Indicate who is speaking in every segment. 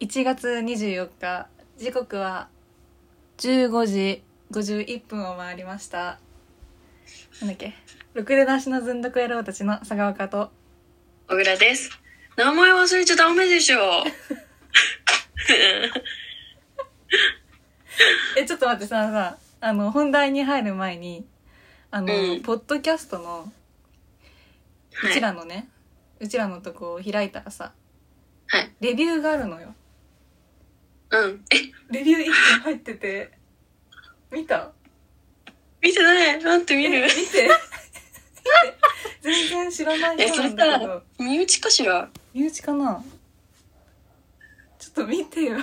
Speaker 1: 1月24日時刻は15時51分を回りましたなんだっけろくでなしのずんどく野郎たちの佐川かと
Speaker 2: 小倉です。名前忘れちゃダメでしょ。
Speaker 1: えちょっと待ってささあの本題に入る前にあの、
Speaker 2: うん
Speaker 1: ポッドキャストのう
Speaker 2: は
Speaker 1: ち
Speaker 2: い。
Speaker 1: らのね、うちらのとこを開いたらさ
Speaker 2: はい。
Speaker 1: レビューがあるのよ
Speaker 2: うん。え、
Speaker 1: レビュー1件入ってて見た
Speaker 2: 見てない。待って見
Speaker 1: え
Speaker 2: る
Speaker 1: 見。て見て全然知らない
Speaker 2: え、
Speaker 1: 人
Speaker 2: そ
Speaker 1: な
Speaker 2: れ
Speaker 1: ん
Speaker 2: さ
Speaker 1: だけど、
Speaker 2: 身内かしら。
Speaker 1: 身内かなちょっと見てよ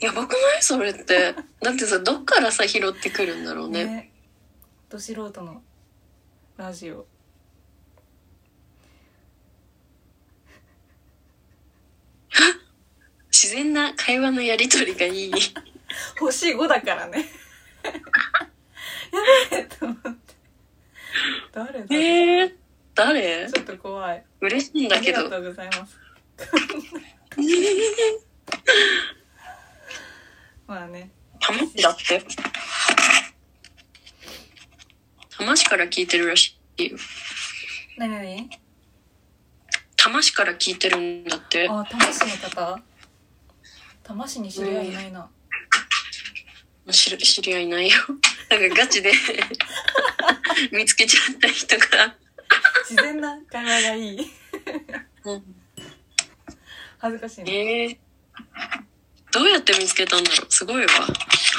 Speaker 2: やばくないそれって。だってさ、どっからさ、拾ってくるんだろうね。
Speaker 1: ねど素人のラジオ
Speaker 2: 自然な会話のやりとり がいい。
Speaker 1: 星5だからねやべえと思って誰だ、
Speaker 2: えー、誰
Speaker 1: ちょっと怖い
Speaker 2: 嬉しいん
Speaker 1: あ
Speaker 2: だ
Speaker 1: り
Speaker 2: け
Speaker 1: が
Speaker 2: ど。
Speaker 1: とうございますまあね
Speaker 2: たましだって。たましから聞いてるらしいよ。
Speaker 1: 何何
Speaker 2: たましから聞いてるんだって。
Speaker 1: あ多摩市の方多摩市に知り合いいないな、
Speaker 2: 知る知り合いないよなんかガチで 見つけちゃった人が、
Speaker 1: 自然な会話がいい恥ずかしいね
Speaker 2: えーどうやって見つけたんだろうすごいわ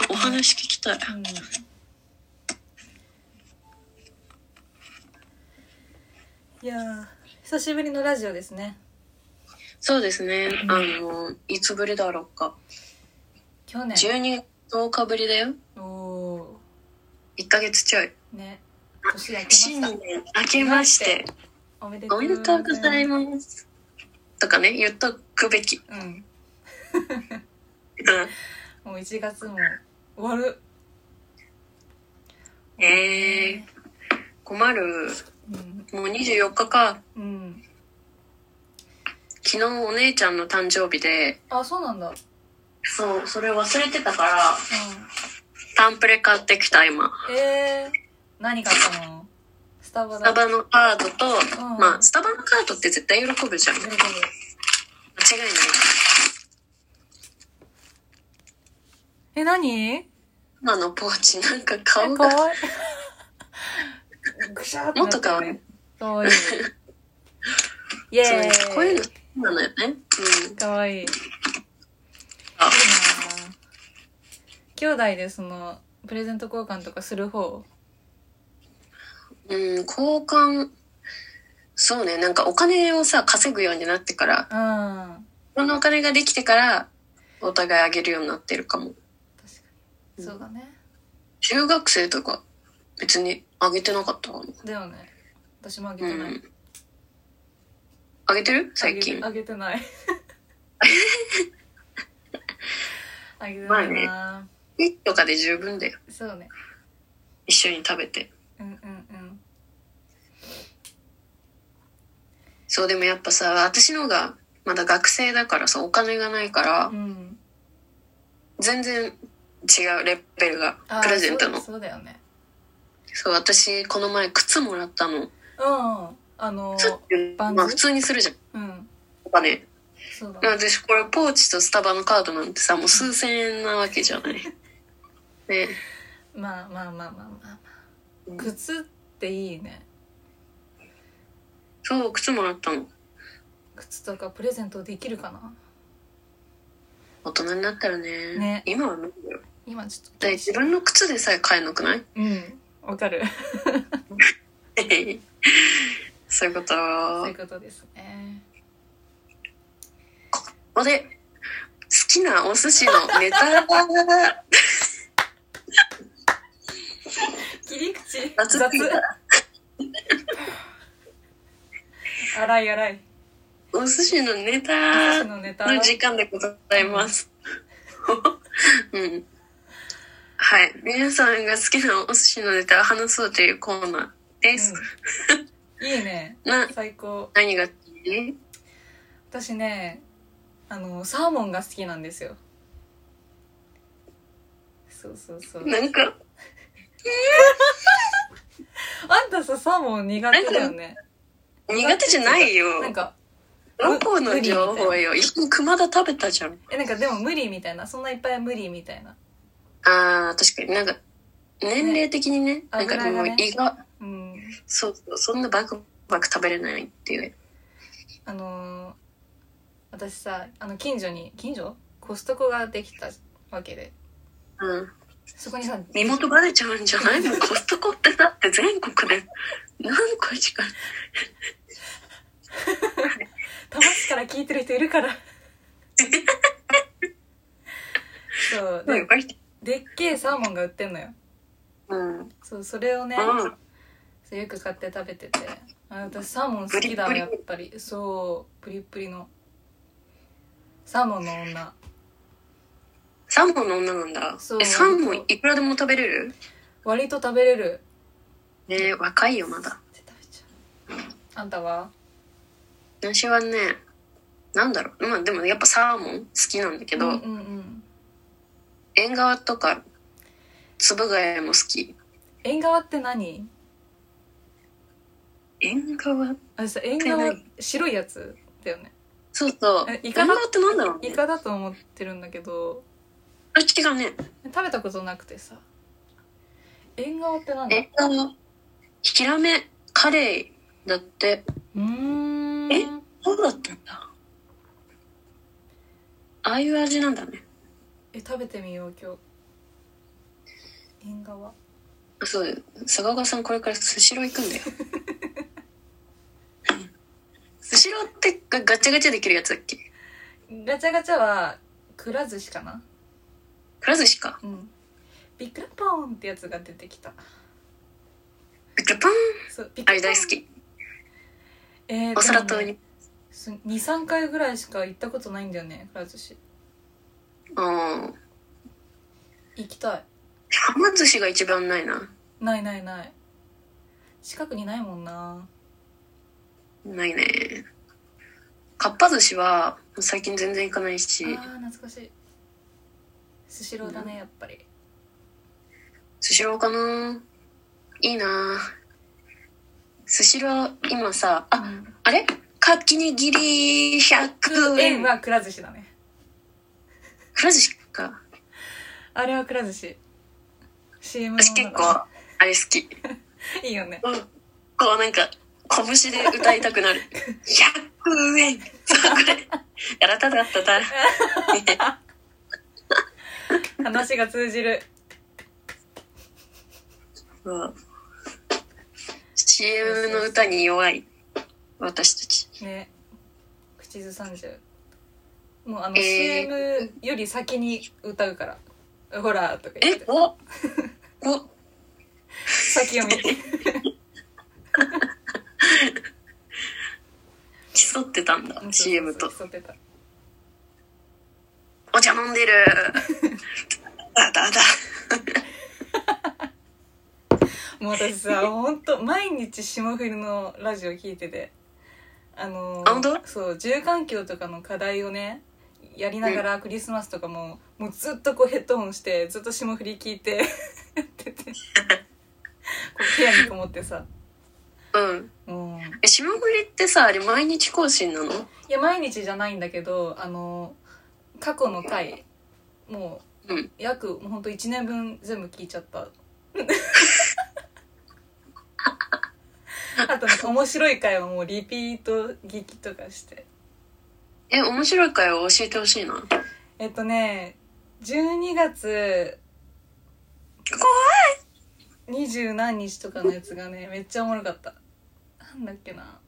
Speaker 2: お話聞きたい
Speaker 1: うんいやー久しぶりのラジオですね
Speaker 2: そうですねあのいつぶりだろうか
Speaker 1: 去年
Speaker 2: 12月10日ぶりだよ
Speaker 1: おお
Speaker 2: 1ヶ月ちょい
Speaker 1: ーね年明けまし
Speaker 2: 新
Speaker 1: た
Speaker 2: 年明けまして
Speaker 1: おめでと
Speaker 2: お
Speaker 1: う
Speaker 2: めでとうございますとかね言っとくべき、
Speaker 1: うん
Speaker 2: うん
Speaker 1: もう1月も終わる
Speaker 2: えー困る
Speaker 1: うん
Speaker 2: もう24日か
Speaker 1: うん
Speaker 2: 昨日お姉ちゃんの誕生日で
Speaker 1: あそうなんだうん
Speaker 2: そう、それ忘れてたから、タンプレ買ってきた、今。
Speaker 1: えー、何買ったのスタバ
Speaker 2: ス
Speaker 1: だ
Speaker 2: タバのカードと、
Speaker 1: ん
Speaker 2: まあ、スタバのカードって絶対喜ぶじゃん。間
Speaker 1: 喜
Speaker 2: 違
Speaker 1: ぶ
Speaker 2: いない。
Speaker 1: え何
Speaker 2: 今のポーチ、なんか
Speaker 1: え
Speaker 2: 顔
Speaker 1: か
Speaker 2: が、
Speaker 1: わいいぐしゃーって
Speaker 2: も
Speaker 1: な
Speaker 2: っ
Speaker 1: ってる
Speaker 2: と可愛
Speaker 1: か
Speaker 2: い。
Speaker 1: わいい。イエ
Speaker 2: そう
Speaker 1: ーイ。
Speaker 2: こういうの好きなのよね。うん。
Speaker 1: かわいい。いいな
Speaker 2: あ
Speaker 1: ぁ兄弟でその、プレゼント交換とかする方
Speaker 2: うん、交換、そうね、なんかお金をさ、稼ぐようになってから、
Speaker 1: うん。確か
Speaker 2: このお金ができてから、お互いあげるようになってるかも。
Speaker 1: に。そうだね。
Speaker 2: 中学生とか、別にあげてなかったかも。
Speaker 1: だよね。私もあげ
Speaker 2: う
Speaker 1: てない。
Speaker 2: ん。あげてる最近。
Speaker 1: あげてあげて ない。あげて
Speaker 2: ま
Speaker 1: な
Speaker 2: あ
Speaker 1: い
Speaker 2: ね
Speaker 1: な
Speaker 2: とかで十分だよ。
Speaker 1: ぁそうね。
Speaker 2: 一緒に食べて。
Speaker 1: うんうんうん。
Speaker 2: そう、でもやっぱさ、私のが、まだ学生だからさ、お金がないから
Speaker 1: う、ん。
Speaker 2: 全然違うレベルが
Speaker 1: あ、ー
Speaker 2: プレゼントの。
Speaker 1: そうそうだよね。
Speaker 2: そう、私、この前靴もらったの。
Speaker 1: うん。あの
Speaker 2: 靴っ、て、
Speaker 1: バンズ
Speaker 2: まあ普通にするじゃん。
Speaker 1: うん。
Speaker 2: お金。
Speaker 1: そうだね。
Speaker 2: 私、これポーチとスタバのカードなんてさ、もう数千円なわけじ ゃない。ね。
Speaker 1: まあまあまあまあまあ
Speaker 2: う
Speaker 1: ま
Speaker 2: ん
Speaker 1: あ靴っていいね
Speaker 2: そう、靴もらったの。
Speaker 1: 靴とかプレゼントできるかな
Speaker 2: 大人になったらね。
Speaker 1: ね
Speaker 2: 今は無理だよ。
Speaker 1: 今ちょっ
Speaker 2: だ
Speaker 1: と
Speaker 2: って自分の靴でさえ買えなくない
Speaker 1: うんわかる
Speaker 2: そういうこと。
Speaker 1: そういうことですね
Speaker 2: ここで、好きなお寿司のネタが、
Speaker 1: 切り口
Speaker 2: 雑
Speaker 1: 雑荒い荒い
Speaker 2: お寿司のネ
Speaker 1: 私
Speaker 2: タ
Speaker 1: のネタ
Speaker 2: の時間でございます。うん。はい。皆さんが好きなお寿司のネタを話そうというコーナーです。
Speaker 1: うんいいね
Speaker 2: な、
Speaker 1: 最高
Speaker 2: 何が好き
Speaker 1: 私ねああのサーモンが好きなんですよそうそうそう
Speaker 2: なんか、
Speaker 1: あんたさサーモン苦手だよね
Speaker 2: 苦手じゃないよ。
Speaker 1: なんか
Speaker 2: どこの情報よ。熊田食べたじゃん。
Speaker 1: えなんかでも無理みたいなそんないっぱい無理みたいな
Speaker 2: ああ、確かになんか、年齢的にね、なんかも
Speaker 1: 油
Speaker 2: う
Speaker 1: がね
Speaker 2: 胃が、
Speaker 1: うん
Speaker 2: そうそう、そんなバクバク食べれないっていう。
Speaker 1: あのー私さあの近所に近所コストコができたわけで
Speaker 2: うん。
Speaker 1: そこにさ
Speaker 2: 身元バレちゃうんじゃな いもうコストコってだって全国で何個しか。
Speaker 1: たましから聞いてる人いるから そうででっけえサーモンが売ってんのよ
Speaker 2: うん。
Speaker 1: そうそれをね、
Speaker 2: うん。
Speaker 1: そうよく買って食べててあ私サーモン好きだわ
Speaker 2: プリ
Speaker 1: や
Speaker 2: ッ
Speaker 1: っ
Speaker 2: プリ
Speaker 1: ぱりそうプリップリのサーモンの女
Speaker 2: サーモンの女なんだ
Speaker 1: そう。
Speaker 2: え、サーモンいくらでも食べれる
Speaker 1: 割と食べれる
Speaker 2: ねえ若いよ、まだ。
Speaker 1: って食べちゃうあんたは
Speaker 2: 私はね、なんだろう。まあでもやっぱサーモン好きなんだけど、
Speaker 1: うんうんうん
Speaker 2: 縁側とか、つぶがやも好き。
Speaker 1: 縁側って何
Speaker 2: 縁側
Speaker 1: あさ縁
Speaker 2: え
Speaker 1: 側
Speaker 2: 何
Speaker 1: 白いやつだよね
Speaker 2: そうそう。
Speaker 1: えイ
Speaker 2: 縁
Speaker 1: カだ
Speaker 2: 側ってなんだろう
Speaker 1: イ
Speaker 2: ね。
Speaker 1: カだと思ってるんだけど
Speaker 2: あれ違うね。
Speaker 1: 食べたことなくてさ縁側って何だ
Speaker 2: 縁側。ヒラメ、カレイだって。
Speaker 1: うーん
Speaker 2: えそうだったんだ。ああいう味なんだね。
Speaker 1: え食べてみよう今日縁側
Speaker 2: そう、佐川さんこれからスシロー行く んだよ。スシローってガガチャガチャできるやつだっけ
Speaker 1: ガチャガチャはくら寿司かな
Speaker 2: くら寿司か。
Speaker 1: うんビックラポンってやつが出てきた
Speaker 2: ビックラパン
Speaker 1: そうビッ
Speaker 2: あ
Speaker 1: ク
Speaker 2: れ
Speaker 1: ラポン
Speaker 2: 大好き。
Speaker 1: えー、
Speaker 2: お皿とに。
Speaker 1: 23回ぐらいしか行ったことないんだよねくら寿司
Speaker 2: うん。
Speaker 1: 行きたい
Speaker 2: はま寿司が一番ないな。
Speaker 1: ないないない近くにないもんな
Speaker 2: ないね。かっぱ寿司は最近全然行かないし
Speaker 1: あ、ー懐かしいスシローだねやっぱり
Speaker 2: スシローかないいなスシロー、今さ、あ、
Speaker 1: うん
Speaker 2: あれかきにぎり100
Speaker 1: 円
Speaker 2: 円。
Speaker 1: はくら寿司だね
Speaker 2: くら寿司か。
Speaker 1: あれはくら寿司 CM の
Speaker 2: 私結構、あれ好き。
Speaker 1: いいよね
Speaker 2: うんこうなんか、拳で歌いたく なる。100円そう、これ。やらただったた。
Speaker 1: 話が通じる
Speaker 2: うん CM の歌に弱い。私たち。
Speaker 1: ね口ずさんじゃうもうあの
Speaker 2: えー
Speaker 1: CM より先に歌うから「ほら」とか言っ
Speaker 2: え
Speaker 1: て
Speaker 2: おお
Speaker 1: 先読 み
Speaker 2: 競ってたんだ、CM と。
Speaker 1: そうそうそう競ってた
Speaker 2: お茶飲ん でる。だだだ。
Speaker 1: もう私さ本当毎日霜降りのラジオ聞いててあのー
Speaker 2: あ本当
Speaker 1: そう住環境とかの課題をねやりながらクリスマスとかも、もうずっとこうヘッドホンしてずっと霜降り聞いてやっててこう部屋にこもってさ
Speaker 2: うん。
Speaker 1: もう
Speaker 2: え、霜降りってさ、あれ毎日更新なの
Speaker 1: いや毎日じゃないんだけどあの過去の回も
Speaker 2: う
Speaker 1: うん約もうほんと1年分全部聞いちゃったあとね面白い回はもうリピート聞きとかして
Speaker 2: え、面白い回を教えてほしいな。
Speaker 1: えっとね12月二十何日とかのやつがねめっちゃおもろかったなんだっけな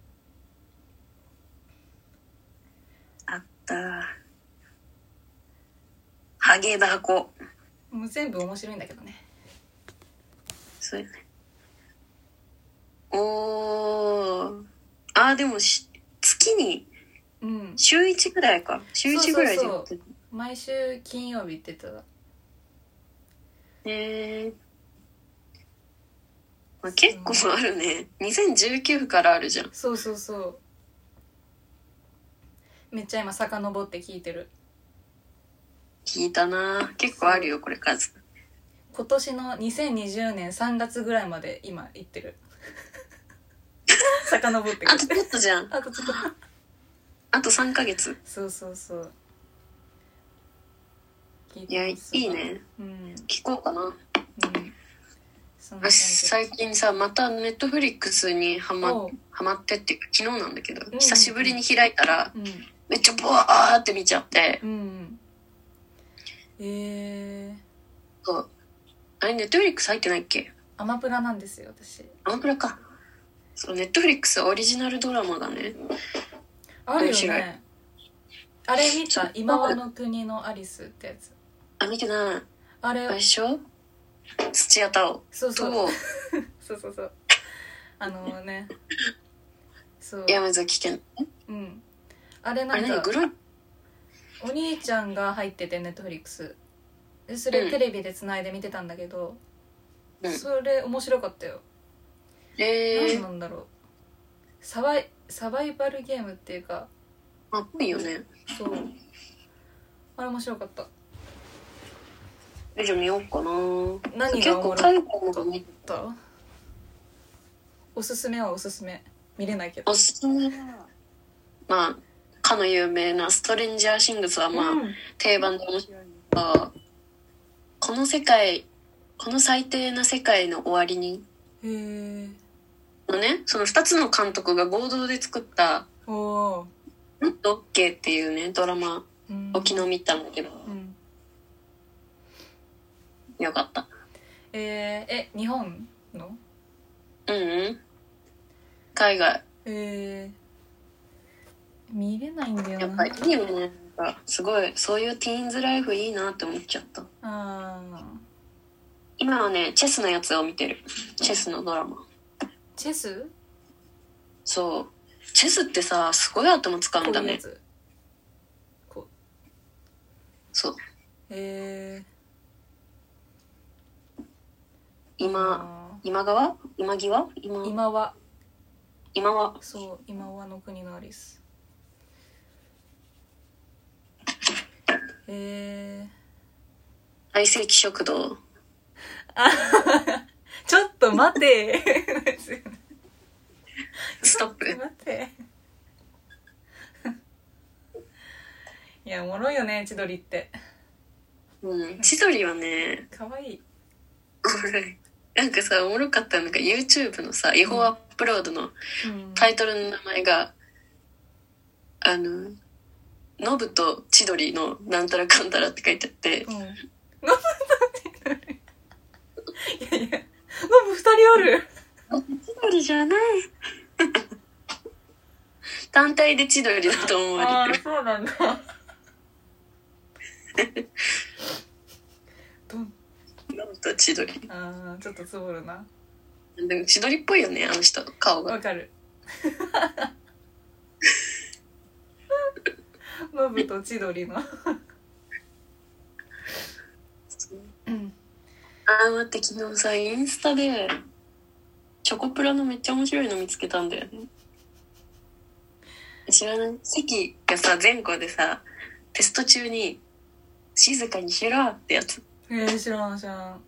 Speaker 2: あった。ハゲダコ。
Speaker 1: もう全部面白いんだけどね
Speaker 2: そうやね。おー。あー、でもし、月に、
Speaker 1: うん
Speaker 2: 週1ぐらいか。週1ぐらいでやってる。
Speaker 1: 毎週金曜日って言ってた
Speaker 2: へー。まあ、結構あるね。2019からあるじゃん。
Speaker 1: そうそうそうめっちゃ今遡って聞いてる
Speaker 2: 聞いたな結構あるよこれ数
Speaker 1: 今年の2020年3月ぐらいまで今行ってる 遡って
Speaker 2: あ
Speaker 1: く
Speaker 2: と
Speaker 1: る
Speaker 2: ちょっとじゃん
Speaker 1: あとちょっと
Speaker 2: あと3ヶ月
Speaker 1: そうそうそう聞い
Speaker 2: いや
Speaker 1: て
Speaker 2: い
Speaker 1: ます
Speaker 2: いね
Speaker 1: うん、うん、
Speaker 2: 聞こうかな
Speaker 1: そんな感
Speaker 2: 私
Speaker 1: じ
Speaker 2: 最近さまたネットフリックスにハマ
Speaker 1: おう
Speaker 2: ハマってっていうか昨日なんだけど
Speaker 1: うん
Speaker 2: 久しぶりに開いたら
Speaker 1: うん
Speaker 2: めっちゃブワーって見ちゃって
Speaker 1: うんうんえー、
Speaker 2: そうあれネットフリックス入ってないっけ
Speaker 1: アマプラなんですよ私
Speaker 2: アンプラかそうネットフリックスオリジナルドラマがね
Speaker 1: ある
Speaker 2: 面
Speaker 1: よ
Speaker 2: 白い
Speaker 1: ねあれ見た「今はの国のアリス」ってやつ
Speaker 2: あ見てない
Speaker 1: あ
Speaker 2: あれ
Speaker 1: れ
Speaker 2: でしょ土屋太鳳
Speaker 1: そうそう
Speaker 2: と
Speaker 1: そうそうそうあのねそう
Speaker 2: 山崎賢
Speaker 1: うんあれ
Speaker 2: あ
Speaker 1: な
Speaker 2: れ何
Speaker 1: ん
Speaker 2: グ
Speaker 1: か
Speaker 2: ロい
Speaker 1: お兄ちゃんが入っててネットフリックスでそれ
Speaker 2: うん
Speaker 1: テレビでつないで見てたんだけど、
Speaker 2: うん
Speaker 1: それ面白かったよ、
Speaker 2: え
Speaker 1: 何
Speaker 2: ー
Speaker 1: なんだろうサバイサバイバルゲームっていうか
Speaker 2: まあっぽいよね
Speaker 1: そうあれ面白かった
Speaker 2: えじゃあ見ようかな
Speaker 1: 何
Speaker 2: 結
Speaker 1: がおもろ
Speaker 2: 構海
Speaker 1: か
Speaker 2: 外のが見
Speaker 1: ったおすすめはおすすめ見れないけど
Speaker 2: おすすめはまあかの有名な「ストレンジャーシングス」はまあ、
Speaker 1: うん
Speaker 2: 定番で面白いのがこの世界この最低な世界の終わりに
Speaker 1: へえ
Speaker 2: のねその2つの監督が合同で作った
Speaker 1: おお
Speaker 2: 「もっと OK」っていうねドラマ
Speaker 1: ー、うん
Speaker 2: を昨日見たんだけど
Speaker 1: うん
Speaker 2: よかった
Speaker 1: えー、え日本の
Speaker 2: うんうん海外
Speaker 1: えー、見れないんだよな
Speaker 2: やっぱいいよねなんかすごいそういうティーンズライフいいなって思っちゃった
Speaker 1: あ
Speaker 2: 今はねチェスのやつを見てるチェスのドラマ
Speaker 1: ーチェス
Speaker 2: そうチェスってさすごい頭使う
Speaker 1: こ
Speaker 2: ん
Speaker 1: う
Speaker 2: だ
Speaker 1: いうや
Speaker 2: ね
Speaker 1: つこう
Speaker 2: そう
Speaker 1: えー、
Speaker 2: 今
Speaker 1: あ
Speaker 2: 今川今際
Speaker 1: ー
Speaker 2: 今
Speaker 1: 今は
Speaker 2: 今は
Speaker 1: そう今はの国のアリスえ
Speaker 2: 相席食
Speaker 1: ー、
Speaker 2: 堂
Speaker 1: ちょっと待て
Speaker 2: ストップ
Speaker 1: 待ていやおもろいよね千鳥って
Speaker 2: うん千鳥はね
Speaker 1: かわいい
Speaker 2: おもろいなんかさおもろかったのが YouTube のさ違法アップロードの
Speaker 1: うん
Speaker 2: タイトルの名前があのノブと千鳥のなんたらかんたらって書いてあって
Speaker 1: うんノブと千鳥いやいやノブ二人おる
Speaker 2: 千鳥 じゃない単体で千鳥だと思われてる
Speaker 1: そうなんだどん
Speaker 2: ノブと千鳥
Speaker 1: あーちょっとつぼるな
Speaker 2: でも千鳥っぽいよねあの人顔が
Speaker 1: わかるノブと千鳥のうん
Speaker 2: あー待って昨日さインスタでチョコプラのめっちゃ面白いの見つけたんだよね知らない関がさ前後でさテスト中に「静かにしろ」ってやつ
Speaker 1: えー、知らん知らん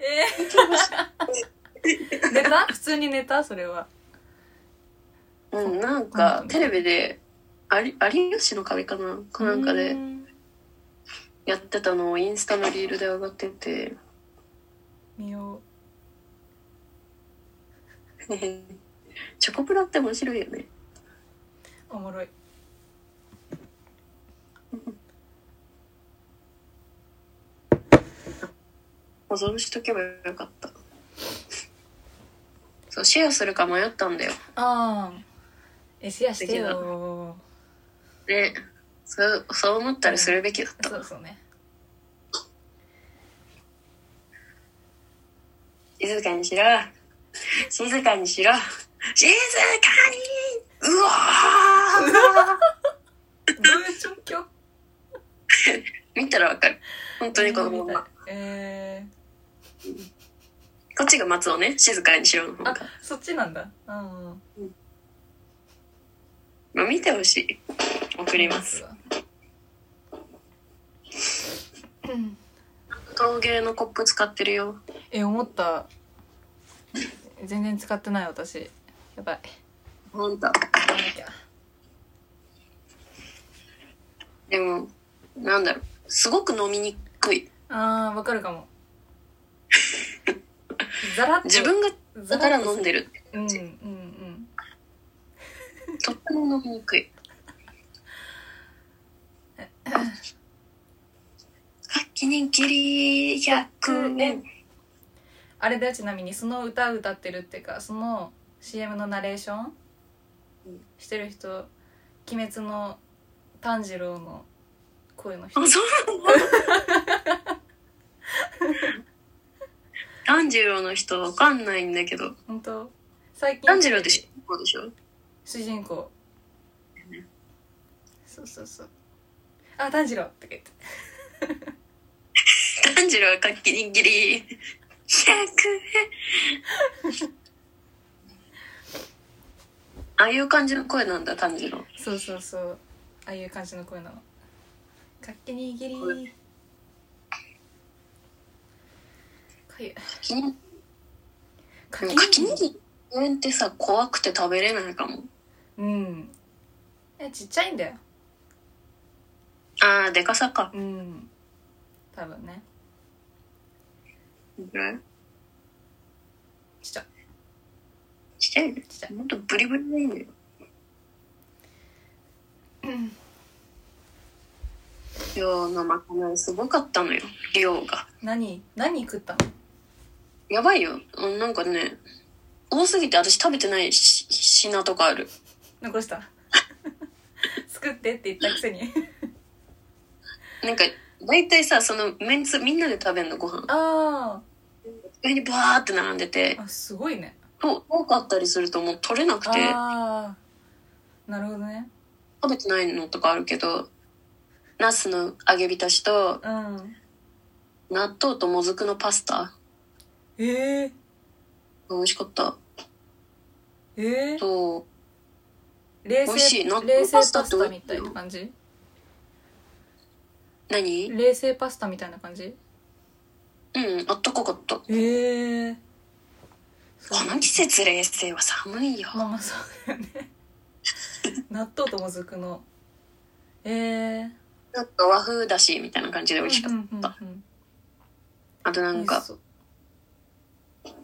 Speaker 1: え ー、ネタ普通にネタそれは
Speaker 2: うんなん
Speaker 1: う
Speaker 2: か
Speaker 1: ん
Speaker 2: テレビで有有吉の壁かなかなんか
Speaker 1: う
Speaker 2: で
Speaker 1: ん
Speaker 2: やってたのをインスタのリールで上がってて
Speaker 1: 見よう
Speaker 2: チョコプラって面白いよね
Speaker 1: おもろい
Speaker 2: 保存しとけばよかったそうシェアするか迷ったんだよ
Speaker 1: ああえシェアしてよ
Speaker 2: ねそうそう思ったらするべきだった、
Speaker 1: そうそう ね
Speaker 2: 静かにしろ静かにしろ静かにうわ
Speaker 1: 文章教
Speaker 2: ー見たらわかる本当にこのまんま
Speaker 1: え
Speaker 2: こっちが松尾ね静かにしろの方
Speaker 1: ー、あ
Speaker 2: が
Speaker 1: そっちなんだうん
Speaker 2: ままあ、見てほしい。送ります。
Speaker 1: うん
Speaker 2: 陶芸のコップ使ってるよ。
Speaker 1: え思った全然使ってない私やばい
Speaker 2: ほんと。
Speaker 1: 買わなきゃ
Speaker 2: でも、なんだろう。すごく飲みにくい。
Speaker 1: あーわかるか もザラッと
Speaker 2: 自分がだから飲んでる。
Speaker 1: うんうんうん
Speaker 2: とっても飲みにくい。あ、記念切り100円。
Speaker 1: あれだよちなみにその歌歌ってるっていうかその CM のナレーション
Speaker 2: うん
Speaker 1: してる人「鬼滅の炭治郎」の声の人
Speaker 2: あ、そうなんだ。炭治郎の人わかんないんだけど。
Speaker 1: 本当最近
Speaker 2: 炭治郎って主人公でしょ
Speaker 1: 主人公そうそうそうあ炭治郎って言って
Speaker 2: 炭治郎かきにぎり100円ああいう感じの声なんだ炭治郎
Speaker 1: そうそうそうああいう感じの声なの活気にぎりかゆ
Speaker 2: きに
Speaker 1: か
Speaker 2: でもかきにぎり100円ってさ怖くて食べれないかも
Speaker 1: うんえちっちゃいんだよ
Speaker 2: ああでかさか
Speaker 1: うん多分ねちっちゃ
Speaker 2: ちっちゃいね
Speaker 1: ちっちゃい
Speaker 2: もっとブリブリでいいんだよ今日のまかないすごかったのよ量が
Speaker 1: 何何食ったの
Speaker 2: やばいようんなんかね多すぎて私食べてないし品とかある
Speaker 1: 残した 作ってって言ったくせに
Speaker 2: なんか大体さそのメンツみんなで食べんのご飯
Speaker 1: あ
Speaker 2: 上にバーって並んでて
Speaker 1: ーあすごいね
Speaker 2: と多かったりするともう取れなくて
Speaker 1: ああなるほどね
Speaker 2: 食べてないのとかあるけどナスの揚げ浸しと
Speaker 1: うん
Speaker 2: 納豆ともずくのパスタ
Speaker 1: えー、
Speaker 2: 美味しかった
Speaker 1: えー、
Speaker 2: と
Speaker 1: 冷
Speaker 2: 美味しい納
Speaker 1: 製
Speaker 2: 豆
Speaker 1: 冷製
Speaker 2: パ
Speaker 1: パ
Speaker 2: スタっ
Speaker 1: ス
Speaker 2: て美
Speaker 1: タ
Speaker 2: 味し
Speaker 1: み
Speaker 2: い
Speaker 1: たい
Speaker 2: よ
Speaker 1: な感じ
Speaker 2: 何
Speaker 1: 冷製パスタみたいな感じ
Speaker 2: うんあったかかったこ
Speaker 1: ええー、そう
Speaker 2: の季節冷静は寒いよ
Speaker 1: まあまあそうだよね 納豆ともずくのええ
Speaker 2: なんか和風だしみたいな感じで
Speaker 1: ー、
Speaker 2: 美味しかった、
Speaker 1: うんうん
Speaker 2: あとな
Speaker 1: うんん美味し
Speaker 2: か
Speaker 1: そう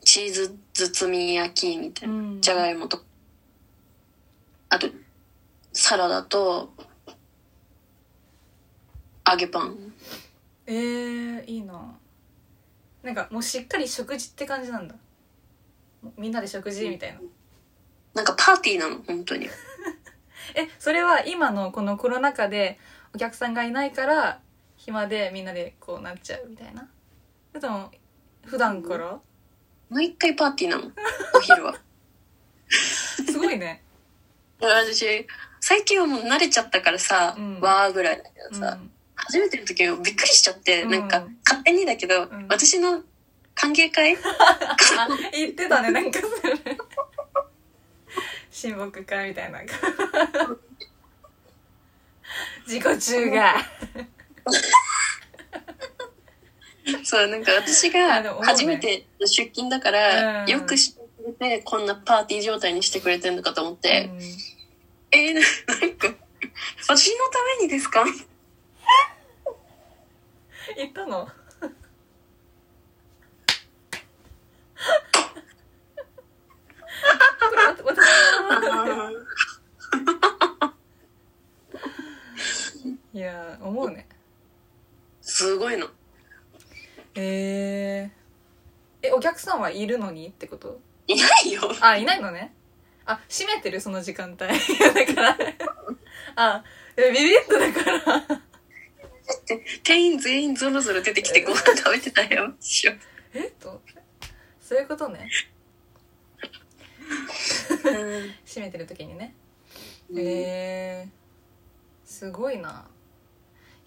Speaker 2: チーズ包み焼きみたいな、
Speaker 1: うん
Speaker 2: じゃがいもとあとサラダと揚げパン
Speaker 1: えー、いいななんかもうしっかり食事って感じなんだみんなで食事みたいな
Speaker 2: なんかパーティーなの本当に
Speaker 1: えそれは今のこのコロナ禍でお客さんがいないから暇でみんなでこうなっちゃうみたいなでも普段から
Speaker 2: 毎回パーティーなのお昼は
Speaker 1: すごいね
Speaker 2: 私最近はもう慣れちゃったからさ、
Speaker 1: うん
Speaker 2: わーぐらいだけ
Speaker 1: う
Speaker 2: どさ、
Speaker 1: ん
Speaker 2: 初めての時はびっくりしちゃって、
Speaker 1: うん
Speaker 2: なんか勝手にだけど、
Speaker 1: ん
Speaker 2: 私の歓迎会
Speaker 1: あ言ってたねなんかそれ親睦会みたいな自己中が
Speaker 2: そうなんか私
Speaker 1: あでも思
Speaker 2: が
Speaker 1: うね
Speaker 2: 初めての出勤だから、
Speaker 1: うん
Speaker 2: よくしてくれてこんなパーティー状態にしてくれてんのかと思って、
Speaker 1: うん
Speaker 2: えー、なんか、 私のためにですか
Speaker 1: 言ったのこれわた私 いやー思うね
Speaker 2: すごいの。
Speaker 1: えー、えお客さんはいるのにってこと
Speaker 2: いないよ。
Speaker 1: あいないのねあ閉めてるその時間帯 だからあえビビッとだから
Speaker 2: 店員全員ぞろぞろ出てきてご飯食べてたよ。一緒
Speaker 1: えっとそういうことね閉めてる時にね
Speaker 2: え
Speaker 1: えー、すごいな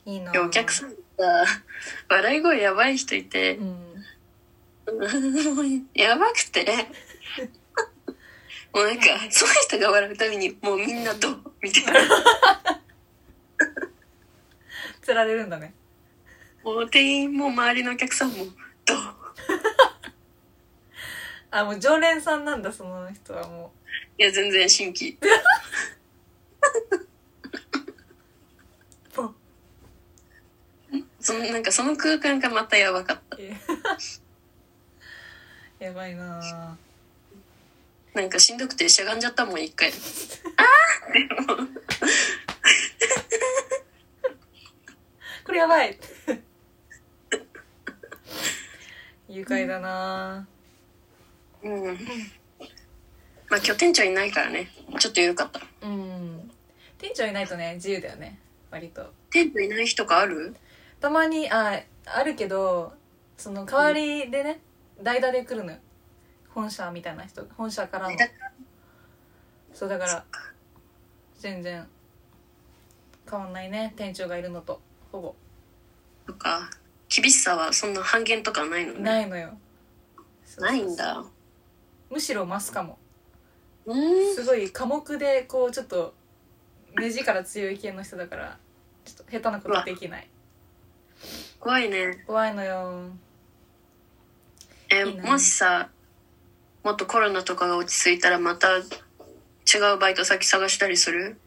Speaker 1: いいな
Speaker 2: お客さんがさ、笑い声やばい人いて
Speaker 1: う、ん
Speaker 2: やばくて、もうなんか、その人が笑うために、もうみんなと、みたいな。
Speaker 1: 釣られるんだね
Speaker 2: もう店員も周りのお客さんも、と、
Speaker 1: あもう常連さんなんだその人はも
Speaker 2: いや、全然新規。
Speaker 1: う
Speaker 2: その、なんかその空間がまたやばかった。
Speaker 1: え やばいなぁ
Speaker 2: なんかしんどくてしゃがんじゃったもん、一回。ああでも、
Speaker 1: これやばい 愉快だな
Speaker 2: うん。まあ、今日店長いないからね、ちょっと緩かった。
Speaker 1: ぁうん店長いないとね自由だよね割と
Speaker 2: 店長いない日とかある
Speaker 1: たまにああるけどその代わりでね代打で来るのよ本社みたいな人本社からの
Speaker 2: 代
Speaker 1: そうだか
Speaker 2: そっ
Speaker 1: ら全然変わんないね店長がいるのとほぼ
Speaker 2: とか、厳しさはそんな半減とかないのね。
Speaker 1: ないのよそうそう
Speaker 2: な
Speaker 1: そう
Speaker 2: いんだ。
Speaker 1: むしろ増すかも
Speaker 2: うん。
Speaker 1: すごい寡黙でこうちょっと目力強い系の人だからちょっと下手なことできない
Speaker 2: 怖いね。
Speaker 1: 怖いのよ
Speaker 2: え
Speaker 1: いいな
Speaker 2: もしさ、もっとコロナとかが落ち着いたらまた違うバイト先探したりする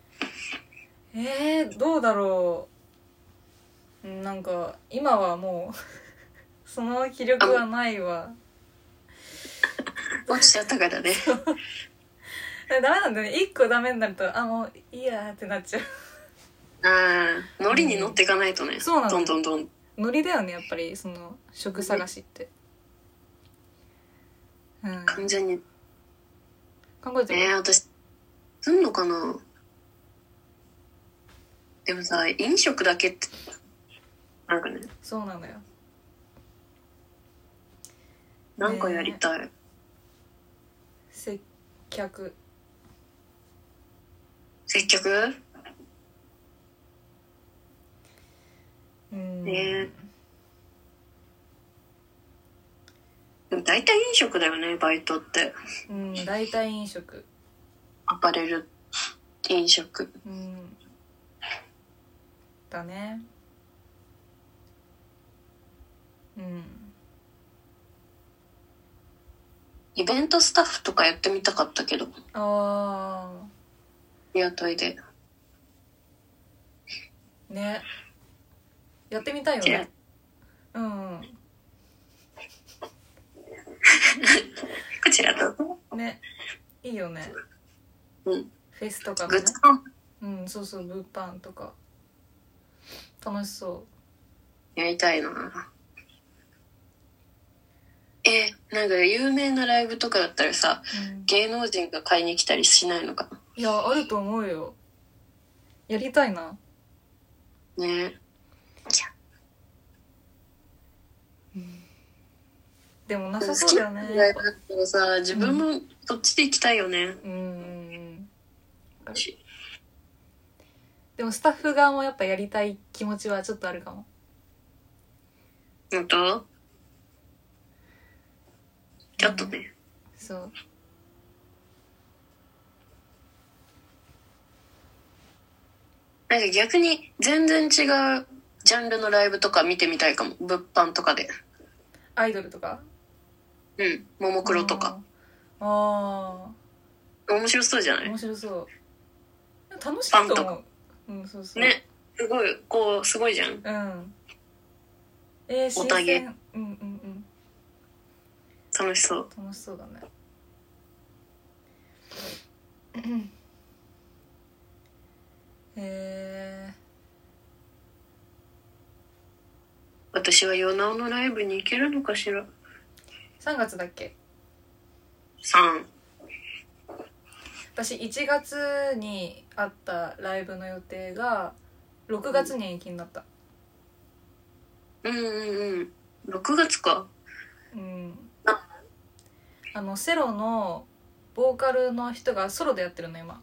Speaker 1: えー、どうだろううんなんか今はもう その気力はないわ
Speaker 2: 落ちちゃったからね。
Speaker 1: えダメなんだね一個ダメになるとあもういいやーってなっちゃう
Speaker 2: ああ、ノリに乗っていかないとね。
Speaker 1: そうなの
Speaker 2: どんどんどん。
Speaker 1: ノリだよねやっぱりその職探しってうん
Speaker 2: 完全に。
Speaker 1: 考えて
Speaker 2: え
Speaker 1: る
Speaker 2: ー、私、すんのかなでもさ、飲食だけって、なんかね、
Speaker 1: そうなのよ
Speaker 2: なんかやりたい。
Speaker 1: 接客
Speaker 2: 接客
Speaker 1: うん、
Speaker 2: ねでも大体飲食だよね、バイトって。
Speaker 1: うん大体飲食
Speaker 2: アパレル、飲食。
Speaker 1: うんだねうん
Speaker 2: イベントスタッフとかやってみたかったけど、
Speaker 1: あ
Speaker 2: 雇いで。
Speaker 1: あねやってみたいよねうん
Speaker 2: こちらどうぞ。
Speaker 1: うんねいいよね
Speaker 2: うん。
Speaker 1: フェスとか
Speaker 2: グ
Speaker 1: も
Speaker 2: ッ
Speaker 1: ね
Speaker 2: ズ販売
Speaker 1: うんそうそう物販とか楽しそ
Speaker 2: やりたいなえ、なんか有名なライブとかだったらさ、
Speaker 1: う、うん、
Speaker 2: 芸能人が買いに来たりしないのか
Speaker 1: いやあると思うよやりたいな
Speaker 2: な。ね
Speaker 1: でもな
Speaker 2: 好
Speaker 1: さそう
Speaker 2: き
Speaker 1: だよ
Speaker 2: な
Speaker 1: ね
Speaker 2: ライブだったらさ、自分もそっちで行きたいよね。
Speaker 1: うんうんうんでもスタッフ側もやっぱやりたい気持ちはちょっとあるかも
Speaker 2: 本当ちょっとね。
Speaker 1: そう
Speaker 2: なんか逆に全然違うジャンルのライブとか見てみたいかも。物販とかで。
Speaker 1: アイドルとか
Speaker 2: うん。ももクロとか。
Speaker 1: あ
Speaker 2: 面白そうじゃな
Speaker 1: あ
Speaker 2: い
Speaker 1: 面白そう楽しいと思ううんそうそう
Speaker 2: ね。すごい、こう、すごいじゃん。
Speaker 1: うんえー、
Speaker 2: お
Speaker 1: 新
Speaker 2: たげ
Speaker 1: 鮮うんうん
Speaker 2: 楽しそう。
Speaker 1: うん楽しそうだねうんえ
Speaker 2: 私はヨナオのライブに行けるのかしら。
Speaker 1: ー、3月だっけ
Speaker 2: さん。
Speaker 1: 私1月にあったライブの予定が6月に延期になった
Speaker 2: うんうんうん。6月か。
Speaker 1: うん
Speaker 2: あ
Speaker 1: あのセロのボーカルの人がソロでやってるの今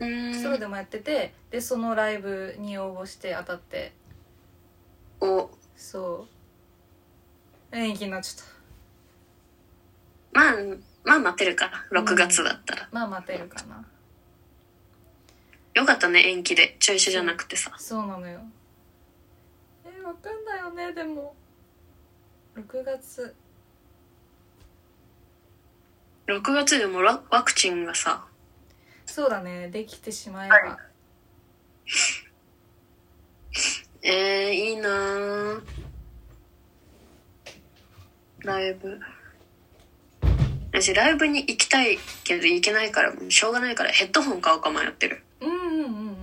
Speaker 2: う
Speaker 1: ソロ
Speaker 2: ーん。
Speaker 1: でもやっててでそのライブに応募して当たって
Speaker 2: お、
Speaker 1: そう延期になっちゃっ
Speaker 2: まあ、まあ待てるか。6月だったら。
Speaker 1: まあ待てるかな
Speaker 2: よかったね、延期で。中止じゃなくてさ。
Speaker 1: そうなのよえわかんないよねでも6月
Speaker 2: 6月でもワワクチンがさ、
Speaker 1: そうだねできてしまえば、
Speaker 2: はえー、いいなぁ。ライブ。私、ライブに行きたいけど行けないから、もうしょうがないからヘッドホン買おうか迷ってる。
Speaker 1: うんうんうんうん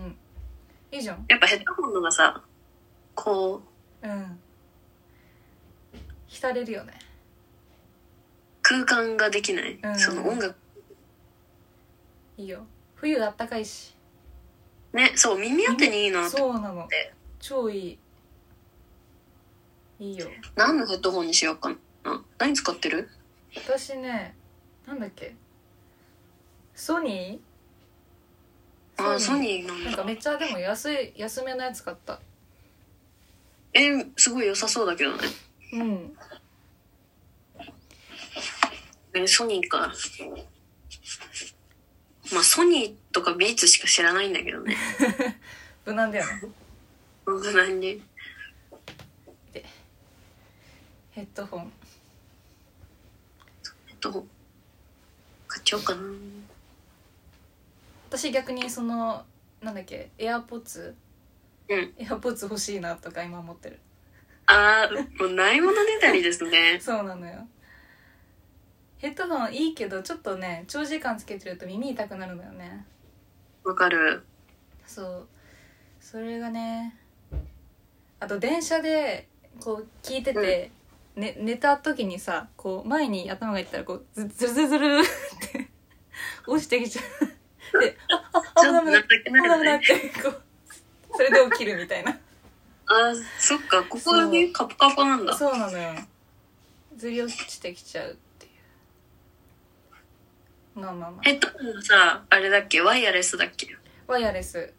Speaker 1: いいじゃん
Speaker 2: やっぱヘッドホンのがさ、こう、
Speaker 1: うん浸れるよね
Speaker 2: 空間ができない。
Speaker 1: うん
Speaker 2: その音楽。
Speaker 1: いいよ冬あったかいし
Speaker 2: ね、そう、耳当てにいいなって。
Speaker 1: そうなの超いいいいよ
Speaker 2: 何のヘッドホンにしようかな。何使ってる
Speaker 1: 私ねなんだっけソニー
Speaker 2: あー、ソニー
Speaker 1: な
Speaker 2: な
Speaker 1: ん
Speaker 2: ん
Speaker 1: か
Speaker 2: だ。
Speaker 1: めっちゃでも安い安めのやつ買った
Speaker 2: えー、すごい良さそうだけどね。
Speaker 1: うん
Speaker 2: えーソニーか。まあ、ソニーとかビーツしか知らないんだけどね。
Speaker 1: 無難だよね
Speaker 2: 無難に。
Speaker 1: ヘッドホン
Speaker 2: えっと、買っちゃおうかな。
Speaker 1: 私逆にそのなんだっけエアポッツ
Speaker 2: うん。
Speaker 1: エアポッツ欲しいなとか今思ってる
Speaker 2: あー、もうないものねだりですね。
Speaker 1: そうなのよヘッドホンいいけどちょっとね長時間つけてると耳痛くなるのよね
Speaker 2: わかる。
Speaker 1: そうそれがねあと電車でこう聞いてて、ね、寝た時にさこう前に頭がいったらこうズズルズルズルって落ちてきちゃうで「あああ
Speaker 2: ちょっ
Speaker 1: 危な
Speaker 2: と
Speaker 1: い危ない危
Speaker 2: 情け
Speaker 1: な
Speaker 2: ないい
Speaker 1: 危
Speaker 2: よ
Speaker 1: ない」っ
Speaker 2: ね。
Speaker 1: てこうそれで起きるみたいな
Speaker 2: あー、そっか、ここだけ
Speaker 1: そう
Speaker 2: カポカポなんだ。
Speaker 1: そうなのよずり落ちてきちゃうっていうまあまあまあ
Speaker 2: ヘッドホンさ、あれだっけワイヤレスだっけ
Speaker 1: ワイヤレス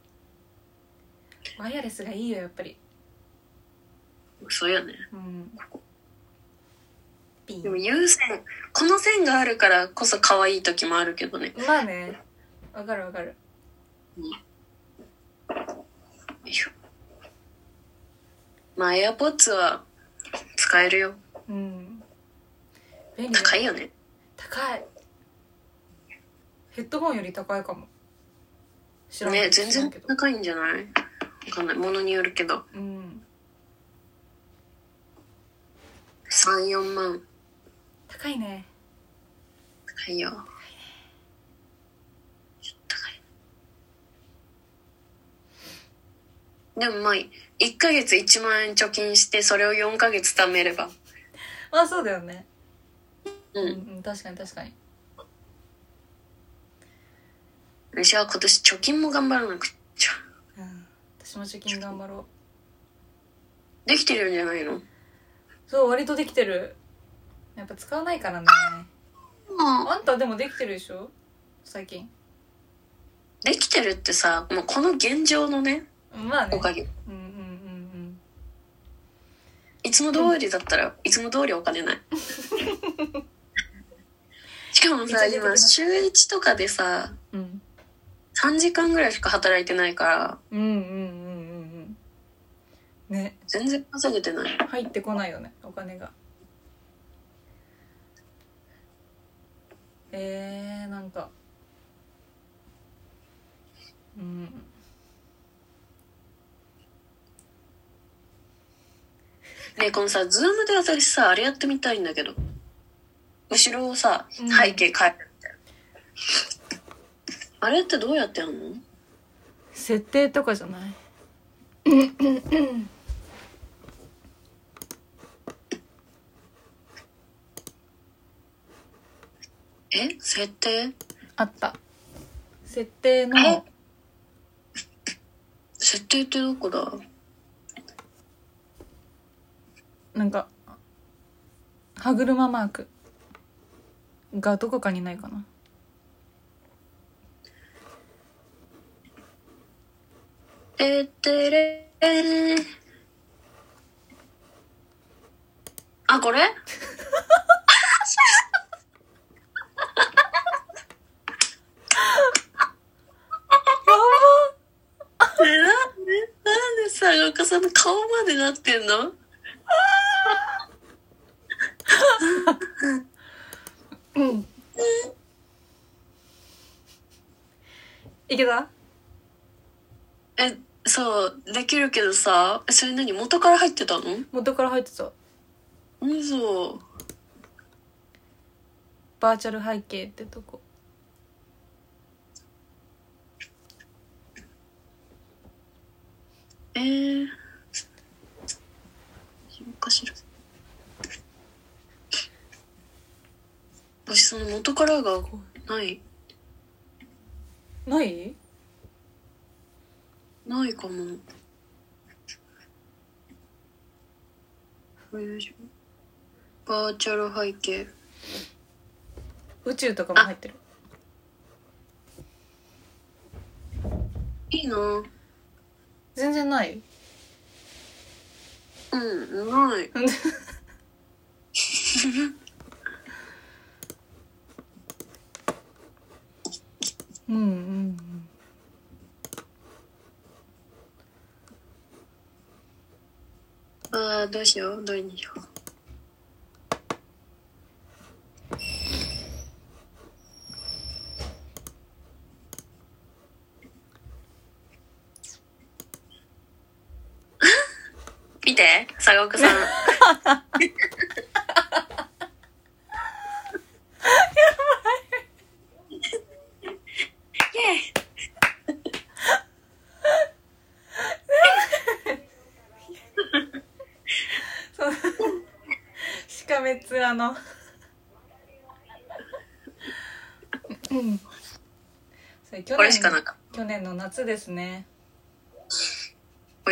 Speaker 1: ワイヤレスがいいよやっぱり
Speaker 2: そうよね。
Speaker 1: うんピ
Speaker 2: でも
Speaker 1: ン
Speaker 2: 有線、この線があるからこそ可愛い時もあるけどね。
Speaker 1: まあねわかるわかる
Speaker 2: よいしょまあ、AirPods は使えるよ。
Speaker 1: うん便利だ
Speaker 2: 高いよね。
Speaker 1: 高いヘッドホンより高いかも知らない
Speaker 2: ね、全
Speaker 1: 知らん
Speaker 2: 然
Speaker 1: けど
Speaker 2: 高いんじゃないわかんない。ものによるけど。
Speaker 1: うん
Speaker 2: 3、4万。
Speaker 1: 高いね
Speaker 2: 高いよ。ちょっと高い。でもまあ、1ヶ月1万円貯金して、それを4ヶ月貯めれば。
Speaker 1: まあそうだよね
Speaker 2: う。
Speaker 1: うんん、うん、確かに確かに
Speaker 2: 私は今年貯金も頑張らなくちゃ。
Speaker 1: うん私も貯金頑張ろう
Speaker 2: できてるんじゃないの
Speaker 1: そう割とできてるやっぱ使わないからね
Speaker 2: あ
Speaker 1: あんたでもできてるでしょ最近
Speaker 2: できてるってさ、もうこの現状のね、
Speaker 1: まあね
Speaker 2: おかげ。
Speaker 1: うんうんうん
Speaker 2: いつも通りだったら、いつも通りお金ない。しかもさ、
Speaker 1: 一時的な
Speaker 2: 今、週1とかでさ、
Speaker 1: うんうん
Speaker 2: 3時間ぐらいしか働いてないから、
Speaker 1: うんうんうんうんうんね
Speaker 2: 全然稼げてない。
Speaker 1: 入ってこないよねお金がえー、なんかうん
Speaker 2: ねえこのさ、ズームで私さ、あれやってみたいんだけど。後ろをさ、
Speaker 1: うん
Speaker 2: 背景変えるみたいな。あれってどうやってやんの
Speaker 1: 設定とかじゃない
Speaker 2: え設定
Speaker 1: あった設定の
Speaker 2: え設定ってどこだ
Speaker 1: なんか歯車マークがどこかにないかな
Speaker 2: てってれーあ、これさんがお母さんの顔までなってんの
Speaker 1: うんいけた
Speaker 2: えそうできるけどさえそれ何元から入ってたの
Speaker 1: 元から入ってた
Speaker 2: 嘘
Speaker 1: バーチャル背景ってとこ
Speaker 2: えー、そうかしら私その元からがない
Speaker 1: ない
Speaker 2: ないかもこれでしょバーチャル背景
Speaker 1: 宇宙とかも入ってる
Speaker 2: いいな
Speaker 1: 全然ない
Speaker 2: うんない
Speaker 1: うんうんうん
Speaker 2: あーどうしようどれにしよう見て佐賀さんイエイ
Speaker 1: そうしかめっ面のうんそれ去
Speaker 2: これしかな
Speaker 1: 年
Speaker 2: かっ
Speaker 1: 去年の夏ですね
Speaker 2: た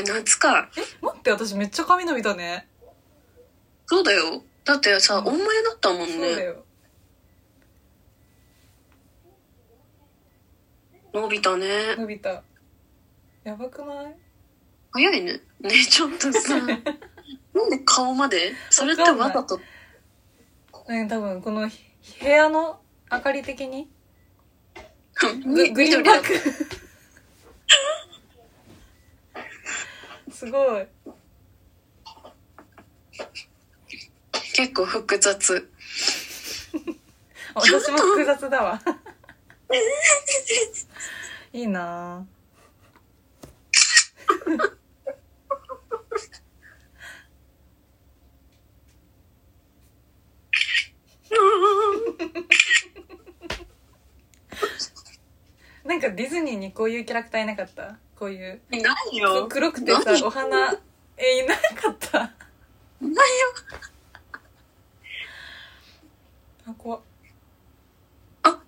Speaker 2: これ夏か
Speaker 1: え待って私めっちゃ髪伸びたね
Speaker 2: そうだよだってさお前だったもん
Speaker 1: そうだ
Speaker 2: ね
Speaker 1: よ
Speaker 2: 伸びたね
Speaker 1: 伸びたやばくない
Speaker 2: 早いね。ね、ちょっとさ、なんで顔までそれってわざと。
Speaker 1: うん多分このひ部屋の明かり的にグ
Speaker 2: み
Speaker 1: グリーン
Speaker 2: 緑
Speaker 1: バッ
Speaker 2: だ。
Speaker 1: クすごい
Speaker 2: 結構複雑。
Speaker 1: あ私も複雑だ わいいなぁなんかディズニーにこういうキャラクターいなかったこういう
Speaker 2: ないよ。
Speaker 1: 黒くてさ
Speaker 2: 何
Speaker 1: お花えいなかった
Speaker 2: ないよ。
Speaker 1: あ怖っ
Speaker 2: あ、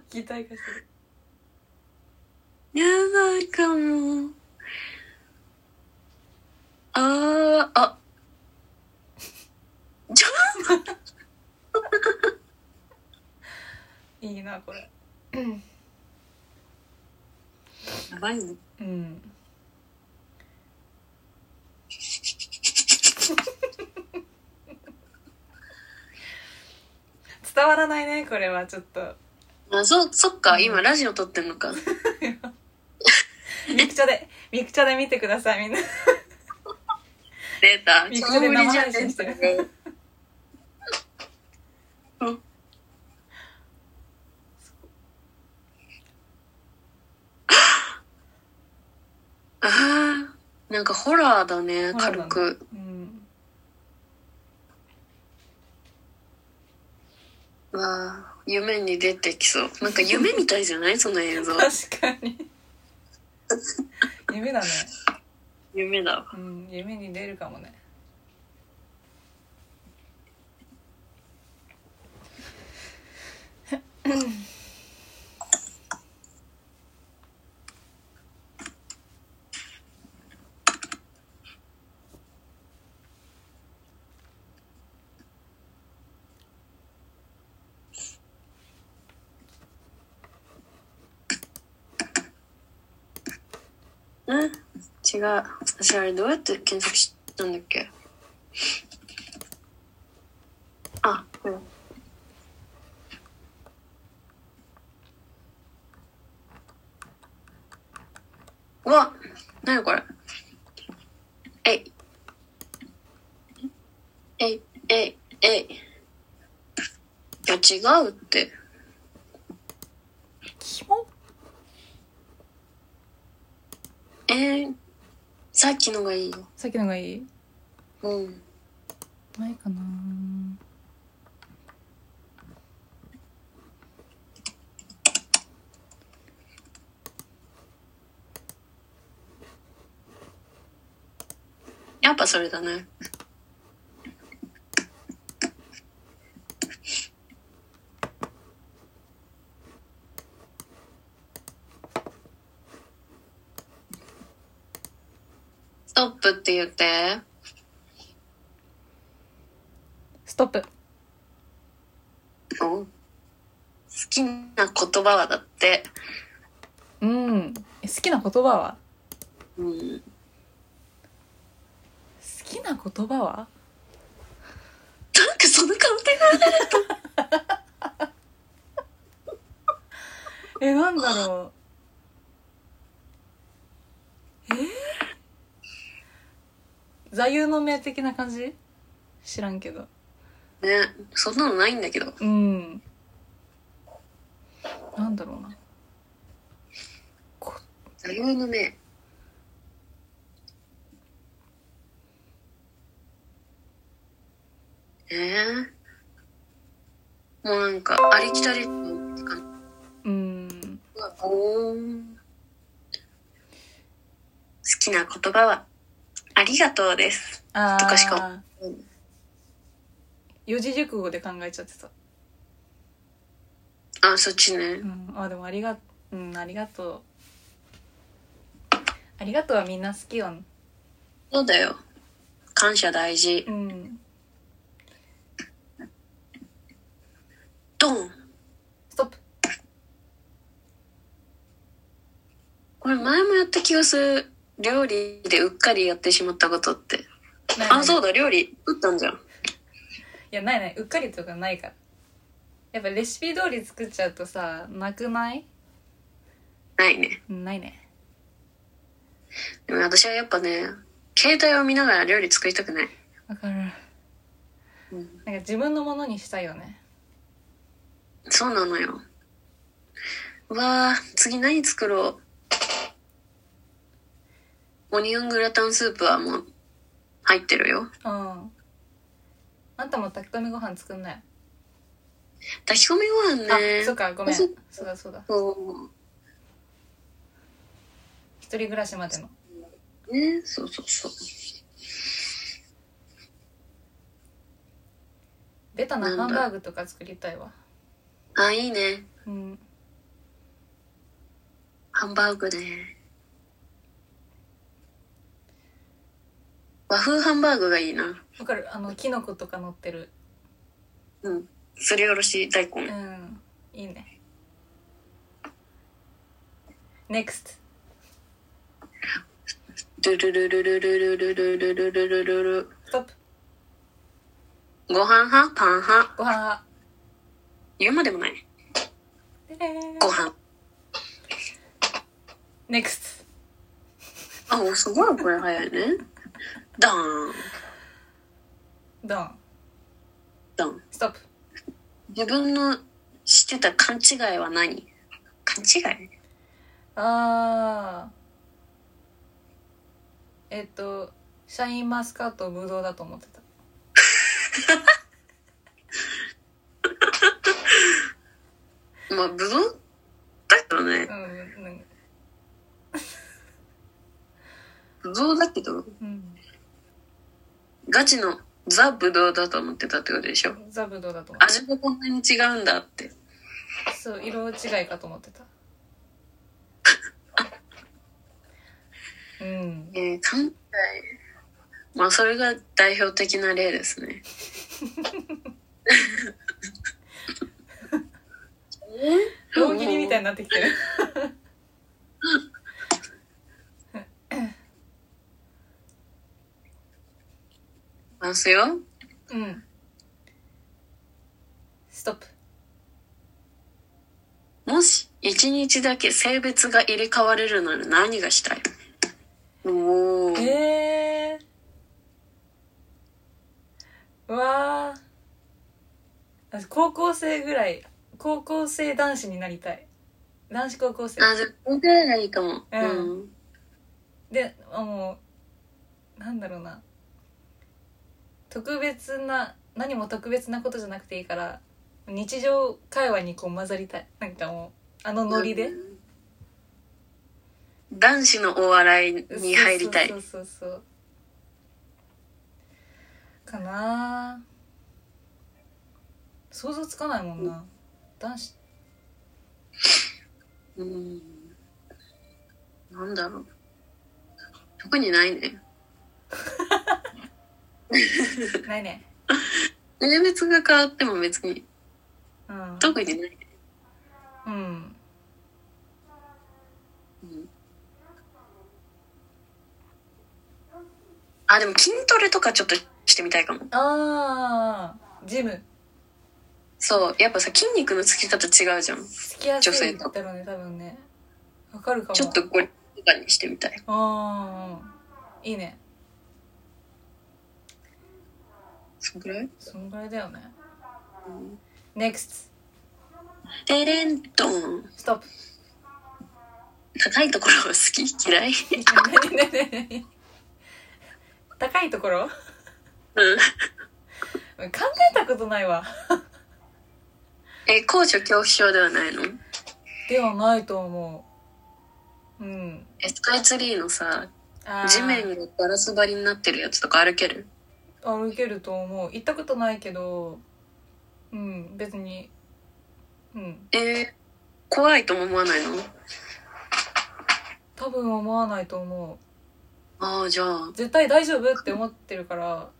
Speaker 1: 擬態化してる
Speaker 2: やだかも。あー、あ。ちょ
Speaker 1: いいなこれ
Speaker 2: やばいね。
Speaker 1: うん伝わらないねこれはちょっと
Speaker 2: あ、そ、そっか、今ラジオ撮ってんのか。
Speaker 1: ミクチャでミクチャで見てくださいみんな
Speaker 2: 出た。
Speaker 1: ミクチャで生配信して
Speaker 2: る。うん あーなんかホラーだ
Speaker 1: ホラーだ
Speaker 2: ね、
Speaker 1: ね
Speaker 2: 軽く。
Speaker 1: うん
Speaker 2: わー夢に出てきそう。なんか夢みたいじゃないその映像。
Speaker 1: 確かに夢だね
Speaker 2: 夢だわ。
Speaker 1: うん夢に出るかもね
Speaker 2: うん違う。私あれどうやって検索したんだっけあ、うん。何これえいえいえいえいいや違うって
Speaker 1: キモ
Speaker 2: えー、さっきのがいいよ
Speaker 1: さっきのがいい
Speaker 2: うん
Speaker 1: ないかな
Speaker 2: やっぱそれだねストップって言って
Speaker 1: ストップ
Speaker 2: 好きな言葉はだって、
Speaker 1: うんえ好きな言葉は
Speaker 2: うん、
Speaker 1: 好きな言葉は
Speaker 2: なんかその顔でな
Speaker 1: えなんだろうえー、座右の銘的な感じ知らんけど
Speaker 2: ねそんなのないんだけど
Speaker 1: うんなんだろうなこ
Speaker 2: 座右の銘えー、もうなんかありきたりとか
Speaker 1: うん
Speaker 2: おー好きな言葉は「ありがとう」です
Speaker 1: あ
Speaker 2: とかしか
Speaker 1: あ四字熟語で考えちゃってた、
Speaker 2: あそっちね
Speaker 1: うん、あでもありがうんありがとうありがとうはみんな好きよ
Speaker 2: そうだよ感謝大事
Speaker 1: うん
Speaker 2: ドン
Speaker 1: ストップ
Speaker 2: これ前もやった気がする料理でうっかりやってしまったことって
Speaker 1: ないない
Speaker 2: あそうだ料理打ったんじゃん
Speaker 1: いやないないうっかりとかないからやっぱレシピ通り作っちゃうとさなくない
Speaker 2: ないね
Speaker 1: ないね
Speaker 2: でも私はやっぱね携帯を見ながら料理作りたくない、
Speaker 1: わかるなん
Speaker 2: うん、
Speaker 1: か自分のものにしたいよね
Speaker 2: そうなのようわー次何作ろうオニオングラタンスープはもう入ってるよ
Speaker 1: うんあんたも炊き込みご飯作んない、
Speaker 2: 炊き込みご飯ね
Speaker 1: あそうかごめん
Speaker 2: そ
Speaker 1: そう
Speaker 2: う
Speaker 1: だそうだ
Speaker 2: そ
Speaker 1: 一人暮らしまでの
Speaker 2: うねそうそうそう
Speaker 1: ベタな
Speaker 2: な
Speaker 1: ハ
Speaker 2: ん
Speaker 1: ン
Speaker 2: だ
Speaker 1: バーグとか作りたいわ
Speaker 2: あいいね
Speaker 1: うん
Speaker 2: ハンバーグね。和風ハンバーグがいいな。
Speaker 1: わかるあのキノコとか乗ってる
Speaker 2: うん。すりおろし大
Speaker 1: う
Speaker 2: 根。
Speaker 1: んいいね NEXT
Speaker 2: ルルルルルルルルルルルルルルル。
Speaker 1: ストップ
Speaker 2: ご飯派パン派
Speaker 1: ご飯
Speaker 2: 言うまでもない。
Speaker 1: でれーん
Speaker 2: ご飯。
Speaker 1: NEXT
Speaker 2: あ、おすごいこれ早いね。ダーン。
Speaker 1: ドン
Speaker 2: ダーン。
Speaker 1: ストップ
Speaker 2: 自分の知ってた勘違いは何勘違い
Speaker 1: ああえっとシャインマスカットをブドウだと思ってた
Speaker 2: まあ、ぶどうだけどね。
Speaker 1: うんうん
Speaker 2: ぶどうだけど、
Speaker 1: うん
Speaker 2: ガチのザ・ぶどうだと思ってたってことでしょ。
Speaker 1: ザブドウだと思って
Speaker 2: 味がこんなに違うんだって。
Speaker 1: たそう色違いかと思ってたうん
Speaker 2: えー、関西。まあ、それが代表的な例ですね。
Speaker 1: 大喜利みたいになってきてる
Speaker 2: ますよ。
Speaker 1: うんストップ
Speaker 2: もし、一日だけ性別が入れ替われるなら何がしたいおー
Speaker 1: えー、わあ私高校生ぐらい高校生男子になりたい男子高校生
Speaker 2: あ、じゃあ、これぐらいがいいかも。
Speaker 1: う
Speaker 2: うんん。
Speaker 1: であもうなんだろうな特別な何も特別なことじゃなくていいから日常会話にこう混ざりたいなんかもうあのノリで、
Speaker 2: うん男子のお笑いに入りたい
Speaker 1: そ。うそうそうそうかな想像つかないもんな、男子
Speaker 2: うん。なんだろう。特にないね。
Speaker 1: ないね
Speaker 2: 年別が変わっても別に、
Speaker 1: うん
Speaker 2: 特にない。
Speaker 1: うん
Speaker 2: うんあ、でも筋トレとかちょっとしてみたいかも。
Speaker 1: ああジム
Speaker 2: そう、やっぱさ、筋肉のつき方違うじゃん。
Speaker 1: 付きやすいんだろうね多分ねわかるかも
Speaker 2: ちょっとゴリとかにしてみたい。
Speaker 1: ああいいね
Speaker 2: そんぐらい
Speaker 1: そんぐらいだよね NEXT
Speaker 2: テレントン。
Speaker 1: ス トップ
Speaker 2: 高いところが好き嫌い
Speaker 1: 何何何何高いところ考
Speaker 2: うん。
Speaker 1: えたことないわ
Speaker 2: え、高所恐怖症ではないの
Speaker 1: ではないと思ううん
Speaker 2: え、スカイツリーのさ、
Speaker 1: あー
Speaker 2: 地面がガラス張りになってるやつとか歩ける
Speaker 1: 歩けると思う行ったことないけどうん別にうん
Speaker 2: えー怖いとも思わないの
Speaker 1: 多分思わないと思う
Speaker 2: ああ、じゃあ、
Speaker 1: 絶対大丈夫って思ってるから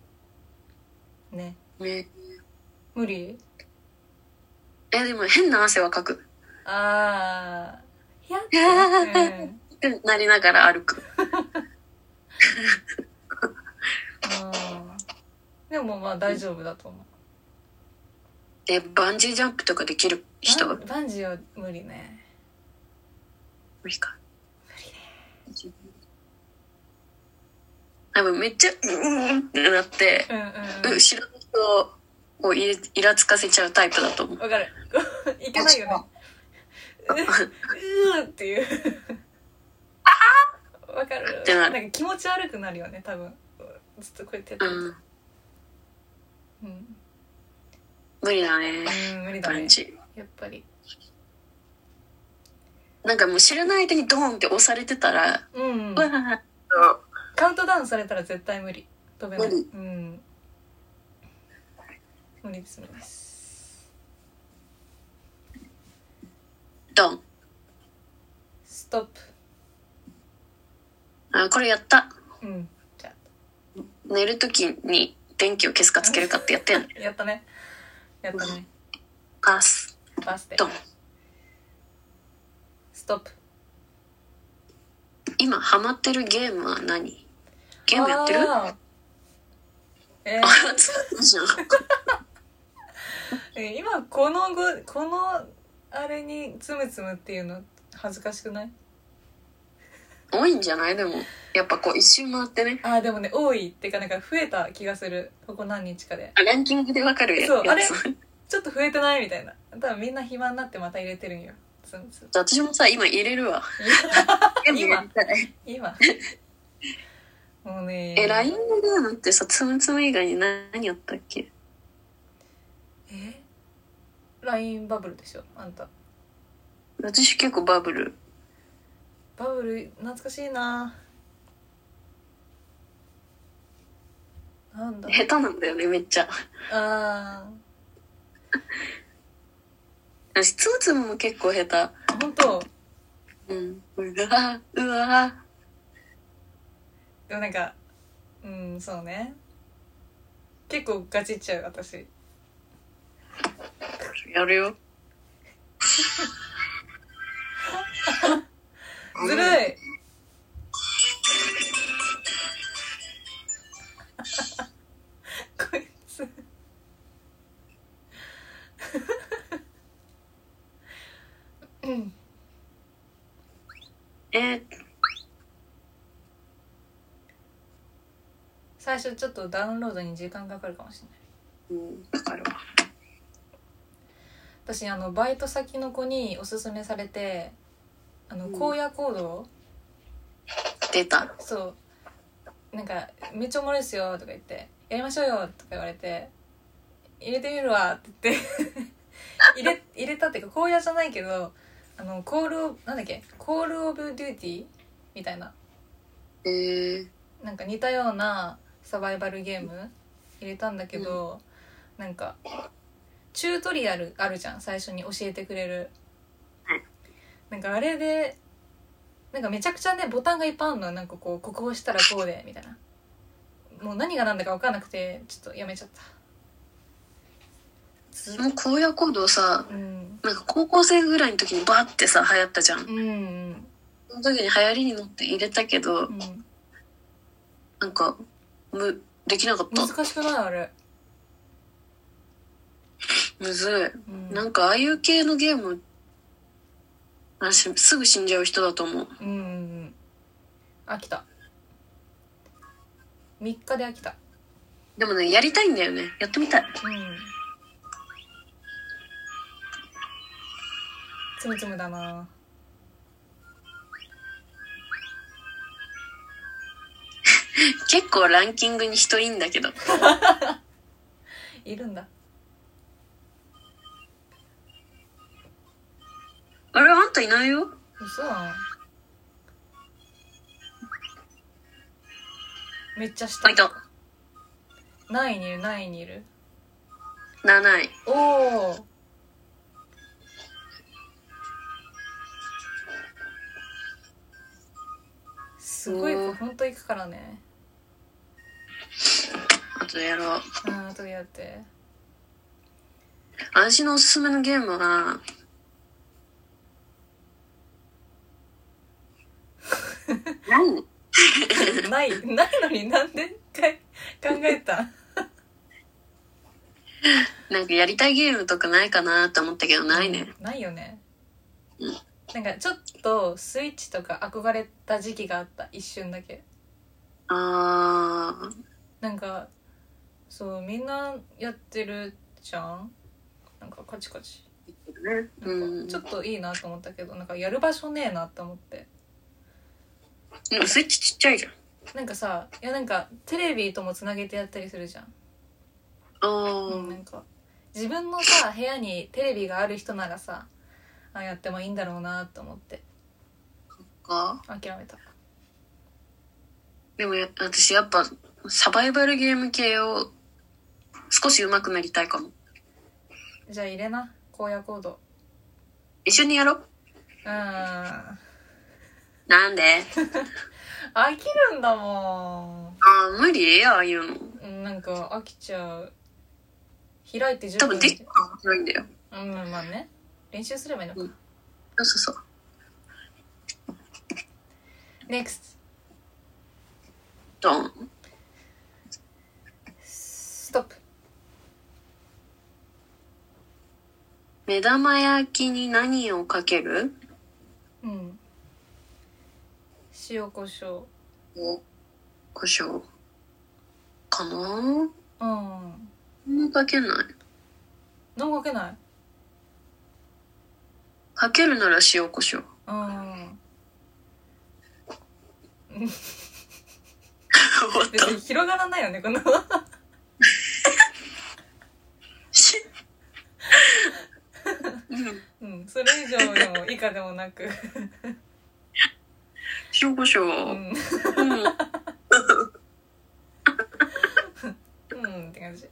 Speaker 1: ね
Speaker 2: ね。
Speaker 1: 無理
Speaker 2: え、でも変な汗はかく。
Speaker 1: あーやっ、 うん
Speaker 2: うんなりながら歩く。
Speaker 1: うんでもまあ大丈夫だと思う
Speaker 2: え、バンジージャンプとかできる人
Speaker 1: バ
Speaker 2: は
Speaker 1: ンバンジーは無理ね
Speaker 2: 無理か。無理ね。多分めっちゃ、うんってなって、
Speaker 1: うんうん
Speaker 2: う
Speaker 1: うんん
Speaker 2: 知らない人をイライラつかせちゃうタイプだと思う。
Speaker 1: わかる いけないよねううーっていうわかる
Speaker 2: て
Speaker 1: な
Speaker 2: なる
Speaker 1: んか気持ち悪くなるよね多分ずっとこうやってやって
Speaker 2: う
Speaker 1: る
Speaker 2: ん。
Speaker 1: とうん、
Speaker 2: 無理だね。
Speaker 1: うん、無理だ
Speaker 2: バ
Speaker 1: ね
Speaker 2: ンジー。
Speaker 1: やっぱり
Speaker 2: なんかもう知らない間にドーンって押されてたら、
Speaker 1: うん、うん
Speaker 2: う、わーっ
Speaker 1: カウントダウンされたら絶対無理飛べない
Speaker 2: 無理
Speaker 1: うん、無理です無理です
Speaker 2: とドン。
Speaker 1: ストップ
Speaker 2: あ、これやった。
Speaker 1: うんじゃ
Speaker 2: 寝るときに電気を消すかつけるかってやってんの。
Speaker 1: あやったねやったね
Speaker 2: パス。
Speaker 1: バースデ
Speaker 2: ドン
Speaker 1: ー。ストップ
Speaker 2: 今ハマってるゲームは何ゲームやってる
Speaker 1: あ
Speaker 2: あ、
Speaker 1: ーえ
Speaker 2: そうじゃん。
Speaker 1: ーえー今このごこのあれにつむつむっていうの恥ずかしくない
Speaker 2: 多いんじゃないでも。やっぱこう一周回ってね。
Speaker 1: あーでもね多いっていうかなんか増えた気がするここ何日かで
Speaker 2: あランキングでわかるやつ。
Speaker 1: そうあれちょっと増えてないみたいな多分みんな暇になってまた入れてるんよつむ つむ
Speaker 2: 私もさ、今入れるわ。ゲームやりたい
Speaker 1: 今もうね
Speaker 2: え、LINE のゲームってさ、つむつむ以外に何やったっけ
Speaker 1: え LINE バブルでしょあんた
Speaker 2: 私結構バブル。
Speaker 1: バブル懐かしいななんだ
Speaker 2: 下手なんだよね、めっちゃ。
Speaker 1: あー
Speaker 2: 私、つむつむも結構下
Speaker 1: 本当
Speaker 2: 手。うん。うわうわ
Speaker 1: でもなんかうんそうね結構ガチっちゃう私
Speaker 2: やるよ。
Speaker 1: ずるいこいつうん
Speaker 2: えー
Speaker 1: 最初ちょっとダウンロードに時間かかるかもしれない
Speaker 2: うん、わかるわ。
Speaker 1: 私あのバイト先の子におすすめされてあの
Speaker 2: うん
Speaker 1: 荒野行動、
Speaker 2: 出た。
Speaker 1: そうなんか「めっちゃおもろいっすよ」とか言って「やりましょうよ」とか言われて「入れてみるわ」って言って 入れ入れたっていうか荒野じゃないけどあのコールオブなんだっけコール・オブ・デューティーみたいな
Speaker 2: えー、
Speaker 1: なんか似たようなサバイバルゲーム入れたんだけど、なんかチュートリアルあるじゃん最初に教えてくれる
Speaker 2: はい
Speaker 1: なんかあれでなんかめちゃくちゃねボタンがいっぱいあるのなんかこうここ押したらこうでみたいなもう何が何だか分かんなくてちょっとやめちゃったず
Speaker 2: もう荒野行動さ、
Speaker 1: うん
Speaker 2: なんか高校生ぐらいの時にバーってさ、流行ったじゃん。
Speaker 1: うんうん
Speaker 2: その時に流行りに乗って入れたけど
Speaker 1: う、ん
Speaker 2: なんか、む、できなかった。
Speaker 1: 難しくないあれ、
Speaker 2: むず
Speaker 1: う
Speaker 2: い。なん
Speaker 1: ん、
Speaker 2: か、ああいう系のゲーム、私、すぐ死んじゃう人だと思う。
Speaker 1: うんうんうん飽きた3日で飽きた
Speaker 2: でもね、やりたいんだよね。やってみたい。
Speaker 1: うん。つむつむだな。
Speaker 2: 結構ランキングに人いいんだけど。
Speaker 1: いるんだ。
Speaker 2: あれ、あんたいないよ。
Speaker 1: 嘘だな。めっちゃ下
Speaker 2: あ、い。た。
Speaker 1: 何位にいる何位にいる
Speaker 2: 7位。
Speaker 1: おお。すごい子、
Speaker 2: うん
Speaker 1: ほんと行くからね。
Speaker 2: あとやろう。
Speaker 1: うん、後でやって。
Speaker 2: 私のおすすめのゲー ムは、何
Speaker 1: ない、ないのになんでかい考えた
Speaker 2: なんかやりたいゲームとかないかなと思ったけど、ないね。
Speaker 1: ないよね
Speaker 2: うん
Speaker 1: なんかちょっとスイッチとか憧れた時期があった一瞬だけ
Speaker 2: あー、
Speaker 1: なんかそうみんなやってるじゃんなんかカチカチ
Speaker 2: ね。
Speaker 1: な
Speaker 2: うんん。
Speaker 1: かちょっといいなと思ったけどなんかやる場所ねえなって思って
Speaker 2: でもスイッチちっちゃいじゃん。
Speaker 1: なんかさいやなんかテレビともつなげてやったりするじゃん、
Speaker 2: あ
Speaker 1: な
Speaker 2: ー
Speaker 1: んか自分のさ部屋にテレビがある人ならさあやってもいいんだろうなと思って
Speaker 2: か。
Speaker 1: 諦めた
Speaker 2: でもや私やっぱサバイバルゲーム系を少し上手くなりたいかも。
Speaker 1: じゃあ入れな荒野行動
Speaker 2: 一緒にやろう。
Speaker 1: うん
Speaker 2: なんで
Speaker 1: 飽きるんだも
Speaker 2: あー無理ああいうの。
Speaker 1: んなんか飽きちゃう開いて10
Speaker 2: 多
Speaker 1: 分
Speaker 2: 分
Speaker 1: で
Speaker 2: できたら面白いんだよ。
Speaker 1: うんまあね練習すればいいのか、
Speaker 2: うんそうそうそう。
Speaker 1: NEXT
Speaker 2: ドン。
Speaker 1: ストップ
Speaker 2: 目玉焼きに何をかける
Speaker 1: うん塩コショウ
Speaker 2: お胡椒かな
Speaker 1: うん
Speaker 2: あんまかけない。
Speaker 1: 何もかけない
Speaker 2: かけるなら塩胡 椒。
Speaker 1: うん
Speaker 2: 終わっ
Speaker 1: 別に広がらないよねこの
Speaker 2: うん
Speaker 1: うんそれ以上でも以下でもなく
Speaker 2: 塩胡
Speaker 1: う
Speaker 2: 椒。
Speaker 1: ん
Speaker 2: うん。
Speaker 1: うんって感じ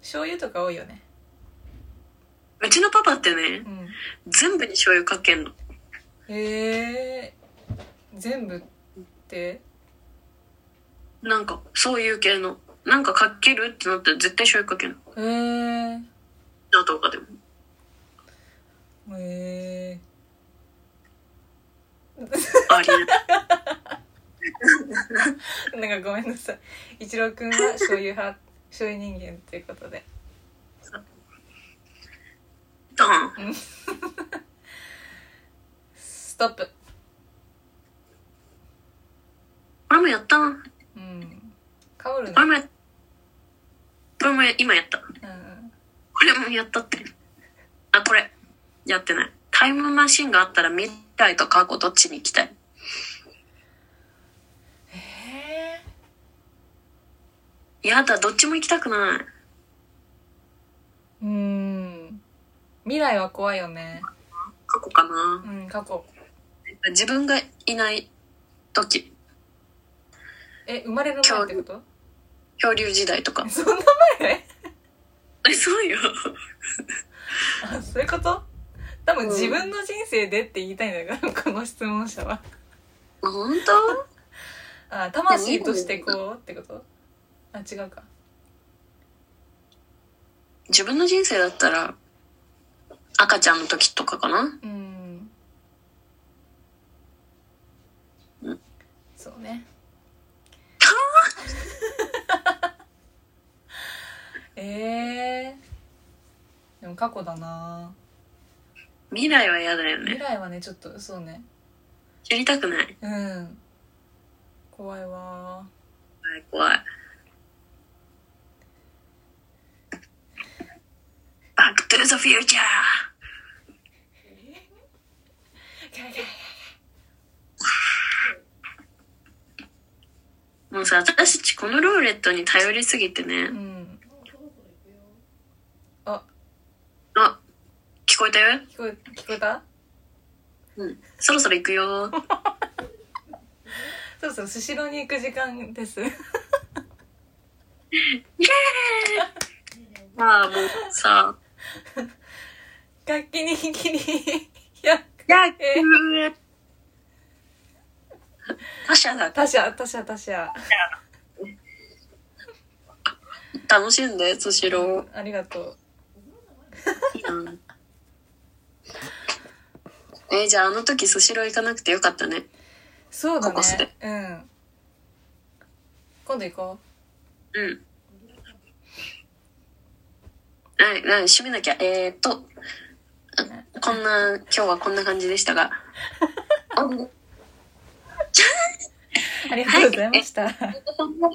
Speaker 1: 醤油とか多いよね
Speaker 2: うちのパパってね
Speaker 1: う、ん
Speaker 2: 全部に醤油かけんの。
Speaker 1: へえ全部って
Speaker 2: なんか、そういう系の。なんかかけるってなったら絶対醤油かけんの。
Speaker 1: へえ
Speaker 2: 納豆かでも。
Speaker 1: へえ
Speaker 2: ありえない。
Speaker 1: なんかごめんなさい一郎くんは醤油派醤油人間っていうことで
Speaker 2: ドン。
Speaker 1: ストップ
Speaker 2: 俺もやったな。
Speaker 1: うんかぶるね
Speaker 2: これもや、これも今やった。
Speaker 1: うんうん
Speaker 2: これもやったって。あ、これ。やってない。タイムマシンがあったら未来と過去どっちに行きたい
Speaker 1: へえ
Speaker 2: やだ、どっちも行きたくない。
Speaker 1: うーん未来は怖いよね
Speaker 2: 過去かな。
Speaker 1: うん過去
Speaker 2: 自分がいない時、
Speaker 1: え生まれる前ってこと。
Speaker 2: 恐竜時代とか
Speaker 1: そんな前
Speaker 2: え、そう よ。
Speaker 1: あそういうこと多分自分の人生でって言いたいんだけどこの質問者は
Speaker 2: 本当
Speaker 1: あ魂としてこうってことあ違うか
Speaker 2: 自分の人生だったら、赤ちゃんの時とかかな
Speaker 1: うん
Speaker 2: うん
Speaker 1: そうねえー、でも過去だな
Speaker 2: 未来は嫌だよ
Speaker 1: 未
Speaker 2: ね。
Speaker 1: 来はねちょっとそうね
Speaker 2: 知りたくない。
Speaker 1: うん怖いわ
Speaker 2: 怖い怖い。バックトゥザフューチャーもうさ、私たちこのルーレットに頼りすぎて
Speaker 1: う
Speaker 2: ね。
Speaker 1: ん
Speaker 2: あ、聞こえたよ
Speaker 1: 聞こえ聞こえた
Speaker 2: うん。そろそろ行くよ。
Speaker 1: そうそうスシローに行く時間です
Speaker 2: まあもうさ、
Speaker 1: 楽器にきりいや
Speaker 2: やっー他者だ。
Speaker 1: 他社他社他社
Speaker 2: 楽しんで、スシロ
Speaker 1: ありがとう
Speaker 2: ー。うんえーじゃああの時スシロー行かなくてよかったね。
Speaker 1: そうだ
Speaker 2: ココス
Speaker 1: ね
Speaker 2: で
Speaker 1: うん今度行こ
Speaker 2: うん。はい、はい、締めなきゃ。えーっと、あこんな、今日はこんな感じでした が。お
Speaker 1: うありがとうございました、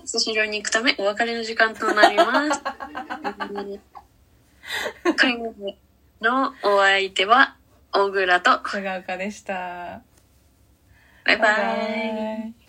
Speaker 2: スシローに行くためお別れの時間となり ます。会話のお相手は、小倉と、
Speaker 1: 小川岡でした
Speaker 2: バイバイ。
Speaker 1: イ